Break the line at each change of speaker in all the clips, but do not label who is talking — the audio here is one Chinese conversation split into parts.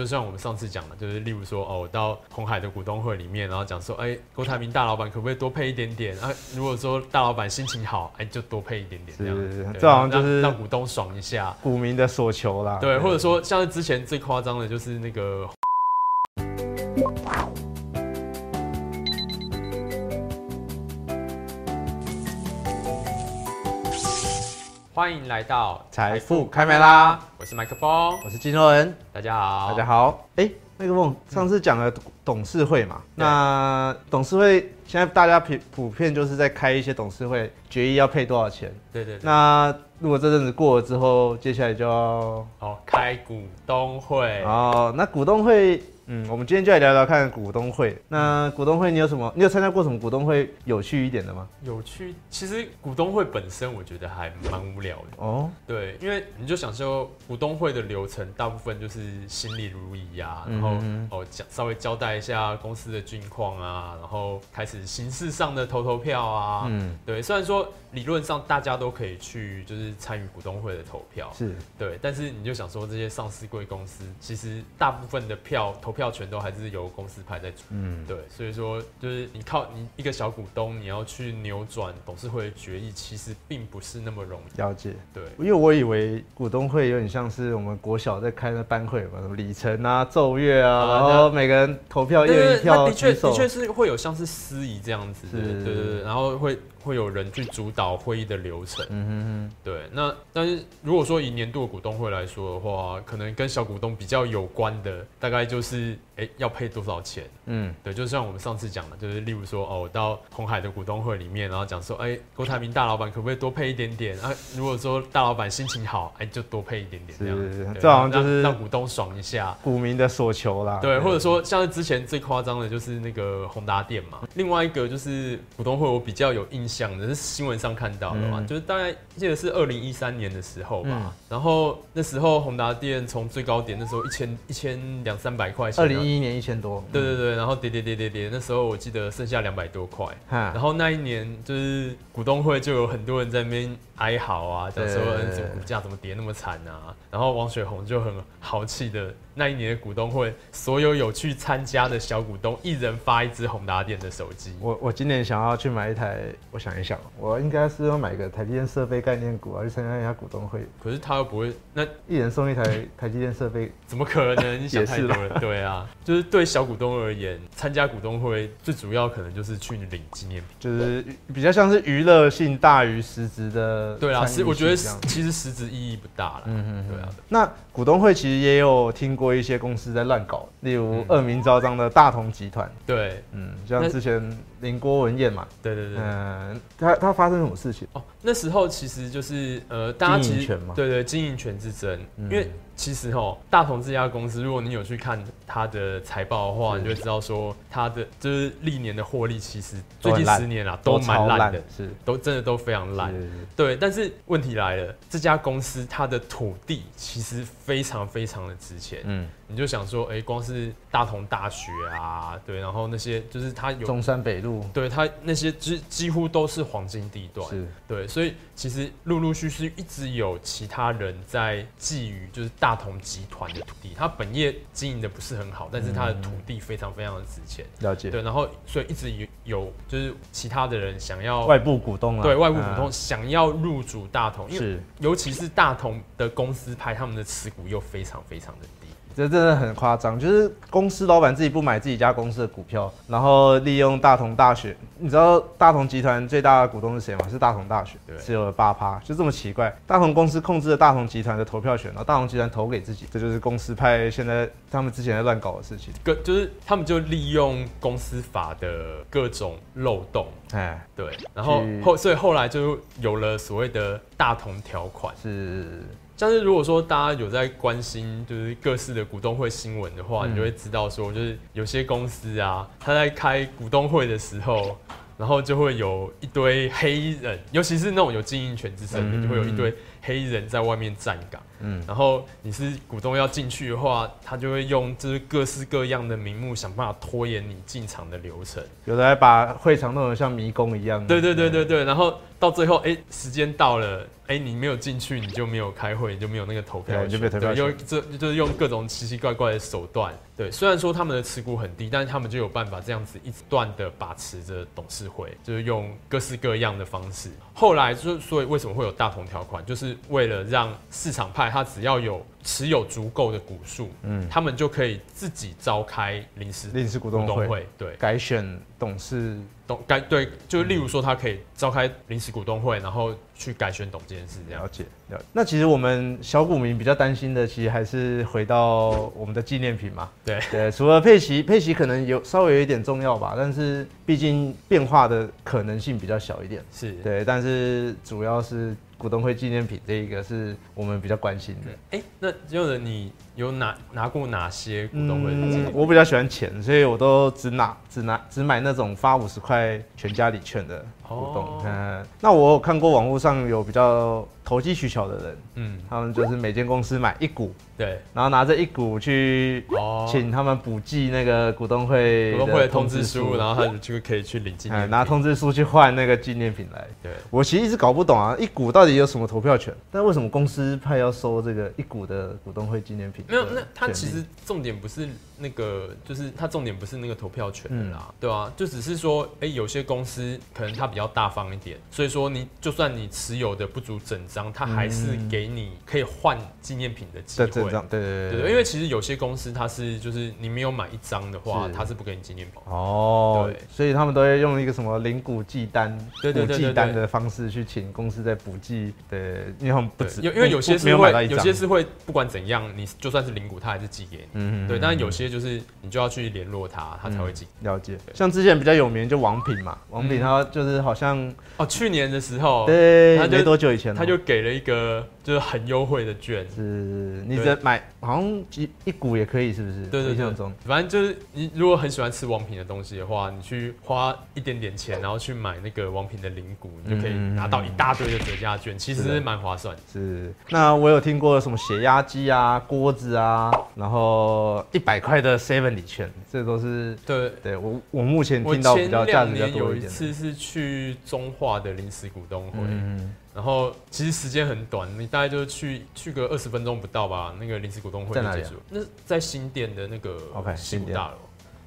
就像我们上次讲的，就是例如说，哦，我到红海的股东会里面，然后讲说，哎，郭台铭大老板可不可以多配一点点？啊，如果说大老板心情好，哎，就多配一点点这样
是
子。对
这好像就
让
是啊
让股东爽一下。
股民的所求啦。
对，或者说像是之前最夸张的就是那个，欢迎来到
财富开麦啦！
我是麦克风，
我是金肉人，
大家好，
大家好。哎、那个梦上次讲了董事会
嗯
嘛，那董事会现在大家普普遍就是在开一些董事会，决议要配多少钱。
对对对，
那如果这阵子过了之后，接下来就要
好，哦开股东会。
哦，那股东会，嗯，我们今天就来聊聊看股东会。
嗯
那股东会你有什么？你有参加过什么股东会有趣一点的吗？
有趣，其实股东会本身我觉得还蛮无聊的。
哦，
对，因为你就想说股东会的流程，大部分就是心里如仪啊，然后
嗯
哦讲稍微交代一下公司的近况啊，然后开始形式上的投投票啊。
嗯，
对，虽然说理论上大家都可以去就是参与股东会的投票，
是，
对，但是你就想说这些上市贵公司，其实大部分的票投票权都还是由公司派在主。
嗯，
对，所以说就是你靠你一个小股东，你要去扭转董事会的决议，其实并不是那么容易。
了解。
对，
因为我以为股东会有点像是我们国小在开的班会嘛，什么里程啊、奏乐啊，
啊
然后每个人投票一人一
它
票
的确
举手
的。确是会有像是司仪这样子的，对
是
对对，然后会会有人去主导会议的流程。
嗯
对，那但是如果说以年度的股东会来说的话，可能跟小股东比较有关的，大概就是哎要配多少钱。
哼嗯，
对，就像我们上次讲的，就是例如说，哦，我到红海的股东会里面，然后讲说，哎、郭台铭大老板可不可以多配一点点？啊，如果说大老板心情好，哎、就多配一点点这样
是
子，对
这好像就是啊
让让股东爽一下。
股民的所求啦。
对，或者说像是之前最夸张的就是那个宏达店嘛，另外一个就是股东会，我比较有印象的是新闻上看到的嘛，
嗯
就是大概记得是二零一三年的时候吧，
嗯
然后那时候宏达店从最高点那时候一千一千两三百块钱，啊
二零一一年一千多。
对对对，然后跌跌跌跌跌，那时候我记得剩下两百多块。
哈
然后那一年就是股东会就有很多人在那边哀嚎啊，讲说
对
嗯怎么股价怎么跌那么惨啊。然后王雪红就很豪气的，那一年的股东会，所有有去参加的小股东一人发一只宏达电的手机。
我我今年想要去买一台，我想一想，我应该是要买个台积电设备概念股啊，去参加一下股东会，
可是他又不会，那
一人送 一台台积电设备。
怎么可能？你想
也
太
是
多
啦
了。对啊，就是对小股东而言，参加股东会最主要可能就是去领纪念品。
就是比较像是娱乐性大于实质的参与性这
对
样。
啊，是我觉得其实实质意义不大啦。嗯嗯，对啊。
那股东会其实也有听过一些公司在乱搞，例如
嗯
恶名昭彰的大同集团，
对
嗯，像之前林郭文燕嘛，
对对对。
嗯，他他发生什么事情？
哦，那时候其实就是呃，大家
经营
其实
权嘛
对对，经营权之争，
嗯
因为其实哦，大同这家公司，如果你有去看它的财报的话，你就会知道说它的就是历年的获利，其实
都
最
很
近
烂
十年啊都蛮烂的，，
是
都真的都非常烂。
是
对，但是问题来了，这家公司它的土地其实非常非常的值钱，
嗯，
你就想说，哎、光是大同大学啊，对，然后那些就是它有
中山北路
对它那些几几乎都是黄金地段，
是
对，所以其实陆陆续续一直有其他人在觊觎，就是大同集团的土地。它本业经营的不是很好，但是它
嗯
的土地非常非常的值钱，
了解，
对，然后所以一直有有就是其他的人想要
外部股东啊，
对外部股东
嗯
想要入主大同，因为
是，
尤其是大同的公司派，他们的持股又非常非常的低。
这真的很夸张，就是公司老板自己不买自己家公司的股票，然后利用大同大学，你知道大同集团最大的股东是谁吗？是大同大学，
对
持有了八趴，就这么奇怪。大同公司控制了大同集团的投票权，然后大同集团投给自己，这就是公司派现在他们之前在乱搞的事情。
各就是他们就利用公司法的各种漏洞，
哎，
对，然后
去
后所以后来就有了所谓的大同条款。
是
但是如果说大家有在关心就是各式的股东会新闻的话，
嗯
你就会知道说，就是有些公司啊，他在开股东会的时候，然后就会有一堆黑衣人，尤其是那种有经营权之身的，
嗯
就会有一堆黑衣人在外面站岗。
嗯
嗯，然后你是股东要进去的话，他就会用就是各式各样的名目想办法拖延你进场的流程。
有的还把会场弄得像迷宫一样。
对对对对对，然后到最后，哎、时间到了，哎、你没有进去，你就没有开会，你就没有那个投票权，
对你就没有投票
对用这就是用各种奇奇怪怪的手段。对，虽然说他们的持股很低，但是他们就有办法这样子一直不断的把持着董事会，就是用各式各样的方式。后来就是所以为什么会有大同条款，就是为了让市场派他只要有持有足够的股数，嗯，他们就可以自己召开临时
临时股
股
东
东
会
会，对。
改选董事，
董改对，就是例如说，他可以召开临时股东会，然后去改选董监事这样
了。解了解。那其实我们小股民比较担心的，其实还是回到我们的纪念品嘛。
对，
对，除了佩奇，佩奇可能有稍微有一点重要吧，但是毕竟变化的可能性比较小一点。
是。
对，但是主要是股东会纪念品这一个是我们比较关心的。
哎、那就是你有拿拿过哪些股东会的经
嗯，
验？
我比较喜欢钱，所以我都只拿只拿只买那种发五十块全家礼券的股
哦
东。嗯、那我有看过网络上有比较投机取巧的人，
嗯，
他们就是每间公司买一股，
对，
然后拿着一股去
哦
请他们补寄那个股东会
股东会的通
通
知书，然
后
后他就可以去领纪念品、
拿通知书去换那个纪念品来。
对，
我其实一直搞不懂啊，一股到底有什么投票权？但为什么公司派要收这个一股的股东会纪念品？
没有，那他其实重点不是那个，就是他重点不是那个投票权的啦，
嗯
对啊，就只是说，哎、有些公司可能他比较大方一点，所以说你就算你持有的不足整张，他还是给你可以换纪念品的机
在
会。
这嗯张，对对
对
对
对，因为其实有些公司它是就是你没有买一张的话，
是
它是不给你纪念品。
哦
对，
所以他们都会用一个什么零股寄单、
对对
补
对对
寄单
对
的方式去请公司在补寄。对，因为他们不
对
止，
有因为有些
不没
是
有买到
会，
一
有
张，
些是会，不管怎样，你就算是零股，它还是寄给你。
嗯
对，但是有些就是你就要去联络他，他才会寄。
了解。像之前比较有名就王品嘛，王品他就是好像
哦，去年的时候，
对
他就
没多久以前哦，
他就给了一个就是很优惠的券。
是你只买好像几一股也可以，是不是？
对对
印象
对
中，
反正就是你如果很喜欢吃王品的东西的话，你去花一点点钱，然后去买那个王品的零股，你就
嗯
可以拿到一大堆的折价券，其实是蛮划算的。
是，那我有听过什么血压机啊、锅子啊，然后一百块的 Seven 礼券，这都是
对，
对我我目前
我
听到比
前
较价
两
值比较
年
多
有
一点的。
次是去中化的临时股东会，
嗯，
然后其实时间很短，你大概就去去个二十分钟不到吧，那个临时股东会
在
就
哪里
结
啊
束。那是在新店的那个
OK，
西
新
谷
店
大楼，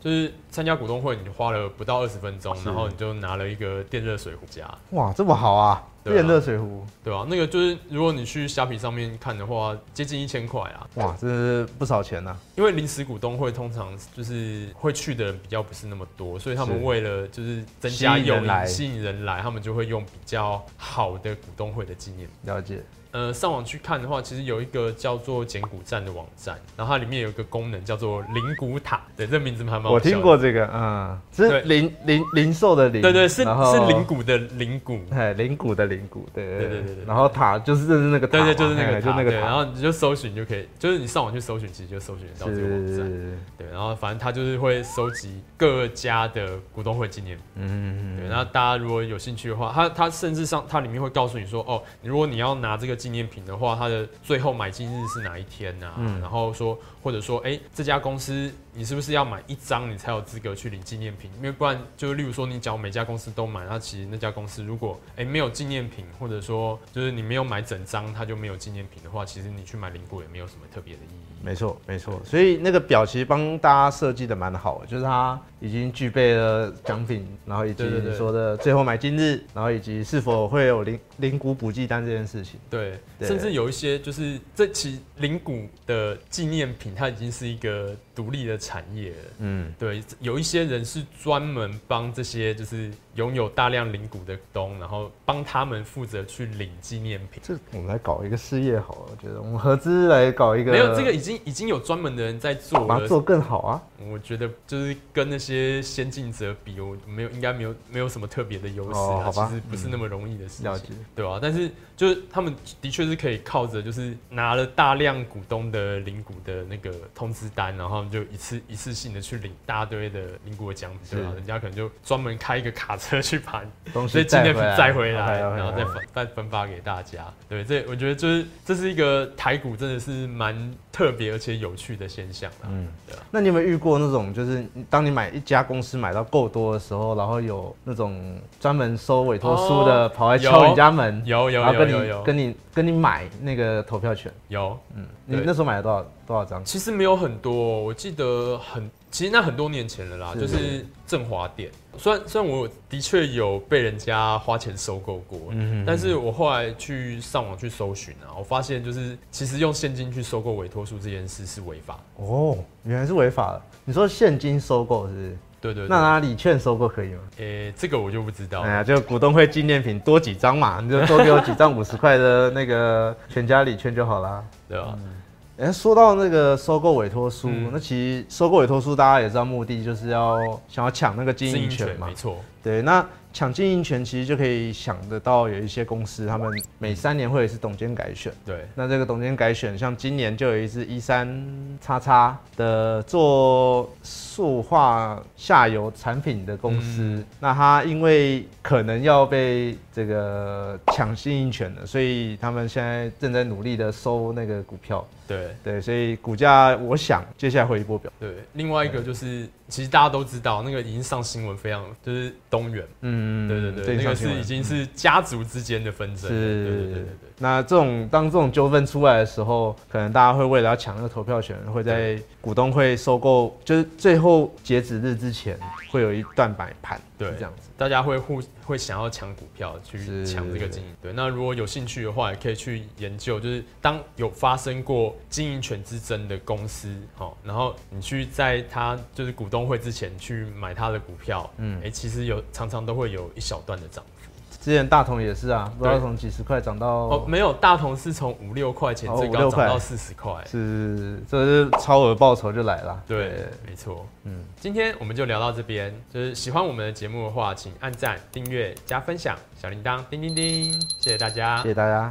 就是参加股东会，你花了不到二十分钟，
是
然后你就拿了一个电热水壶加，
哇，这么好啊！
对啊
变热水壶，
对吧、那个就是如果你去虾皮上面看的话，接近一千块啊。
哇，这是不少钱呐、啊
因为临时股东会通常就是会去的人比较不是那么多，所以他们
是
为了就是增加
吸引
诱
人来
因、吸引人来，他们就会用比较好的股东会的纪念品。
了解，
呃，上网去看的话，其实有一个叫做捡股站的网站，然后它里面有一个功能叫做零股塔，对，这名字还蛮好
我
笑的
听过。这个，嗯，
对
是零零零售的零，
对对，是
然后
是零，股的零股，
哎，零股的零股，对
对对对对
然后塔就是就是那个塔
对
嘛，
对，就是那
哎
个
就
塔，对，
那个
然
塔，
后你就搜寻就可以，就是你上网去搜寻，其实就搜寻得到这个网站。
是，
对，然后反正它就是会收集各家的股东会纪念品。
嗯，
对，那大家如果有兴趣的话，它它甚至上它里面会告诉你说，哦，如果你要拿这个纪念品的话，它的最后买进日是哪一天呐、然后说，或者说，哎、这家公司你是不是要买一张你才有资格去领纪念品？因为不然，就例如说你只要每家公司都买，那其实那家公司如果哎、没有纪念品，或者说就是你没有买整张，它就没有纪念品的话，其实你去买零股也没有什么特别的意义。
没错，没错。所以那个表其实帮大家设计的蛮好的，就是它已经具备了奖品，然后以及
对对对
你说的最后买进日，然后以及是否会有零零股补记单这件事情。
对，
对
甚至有一些就是这其灵谷的纪念品，它已经是一个独立的产业了。
嗯，
对，有一些人是专门帮这些就是拥有大量灵谷的东，然后帮他们负责去领纪念品。
这我们来搞一个事业好了，我觉得我们合资来搞一个，
没有这个已经已经有专门的人在做
把它
了，
做更好啊。
我觉得就是跟那些先进者比，我没有应该没有没有什么特别的优势
哦
啊，
好吧
其实不是那么容易的事情，
了解
对啊？但是就是他们的确是可以靠着就是拿了大量股东的领股的那个通知单，然后他们就一次一次性的去领大堆的领股的奖品，对吧、
是
人家可能就专门开一个卡车去把
东
所以
西
纪
带
念
回
品
来，嗯
再回来，
OK，OK，OK
然后再分再分发给大家。对，这我觉得就是这是一个台股真的是蛮特别而且有趣的现象啦。
嗯
对啊。
那你有没有遇过那种，就是当你买一家公司买到够多的时候，然后有那种专门收委托书的跑来敲你家门，
哦有有
然后
有
跟
有
你
有
跟你跟你买那个投票权。
有，
嗯，你
对
那时候买了多少多少张？
其实没有很多哦，我记得很，其实那很多年前了啦，
是
就是振华店。虽然虽然我的确有被人家花钱收购过，
嗯
但是我后来去上网去搜寻啊，我发现就是其实用现金去收购委托书这件事是违法。
哦，原来是违法的。你说现金收购是不是？
对对对哦
那，拿礼券收购可以吗？
诶、这个我就不知道。
哎呀，就股东会纪念品多几张嘛，你就多给我几张五十块的那个全家礼券就好啦。
对吧？
哎、说到那个收购委托书，
嗯
那其实收购委托书大家也知道，目的就是要想要抢那个经营权嘛
没。错，
对，那抢经营权其实就可以想得到，有一些公司他们每三年会有一次董监改选。
对，
那这个董监改选，像今年就有一只一三叉叉的做塑化下游产品的公司，
嗯
那它因为可能要被这个抢经营权了，所以他们现在正在努力的收那个股票。
对
对，所以股价我想接下来会一波表。
对。另外一个就是，其实大家都知道，那个已经上新闻非常，就是东原，
嗯，
对对对，
这
那个
上新
是
闻嗯
已经是家族之间的纷争了，
是，
对对对对对。
那这种当这种纠纷出来的时候，可能大家会为了要抢那个投票权，会在股东会收购，就是最后截止日之前，会有一段摆盘，
对
是这样子。
大家会互会想要抢股票，去
是
抢这个经营。对，那如果有兴趣的话，也可以去研究，就是当有发生过经营权之争的公司，好，然后你去在它就是股东会之前去买它的股票，嗯，
嗯
哎、其实有常常都会有一小段的涨幅。
之前大同也是啊，不知道
对
从几十块涨到，
哦，没有，大同是从五六块钱
哦
最
五
高
六
涨
块
到四十块。
是这是超额报酬就来了。
对，没错。嗯
嗯，
今天我们就聊到这边。就是喜欢我们的节目的话，请按赞、订阅、加分享，小铃铛叮叮叮，谢谢大家，
谢谢大家。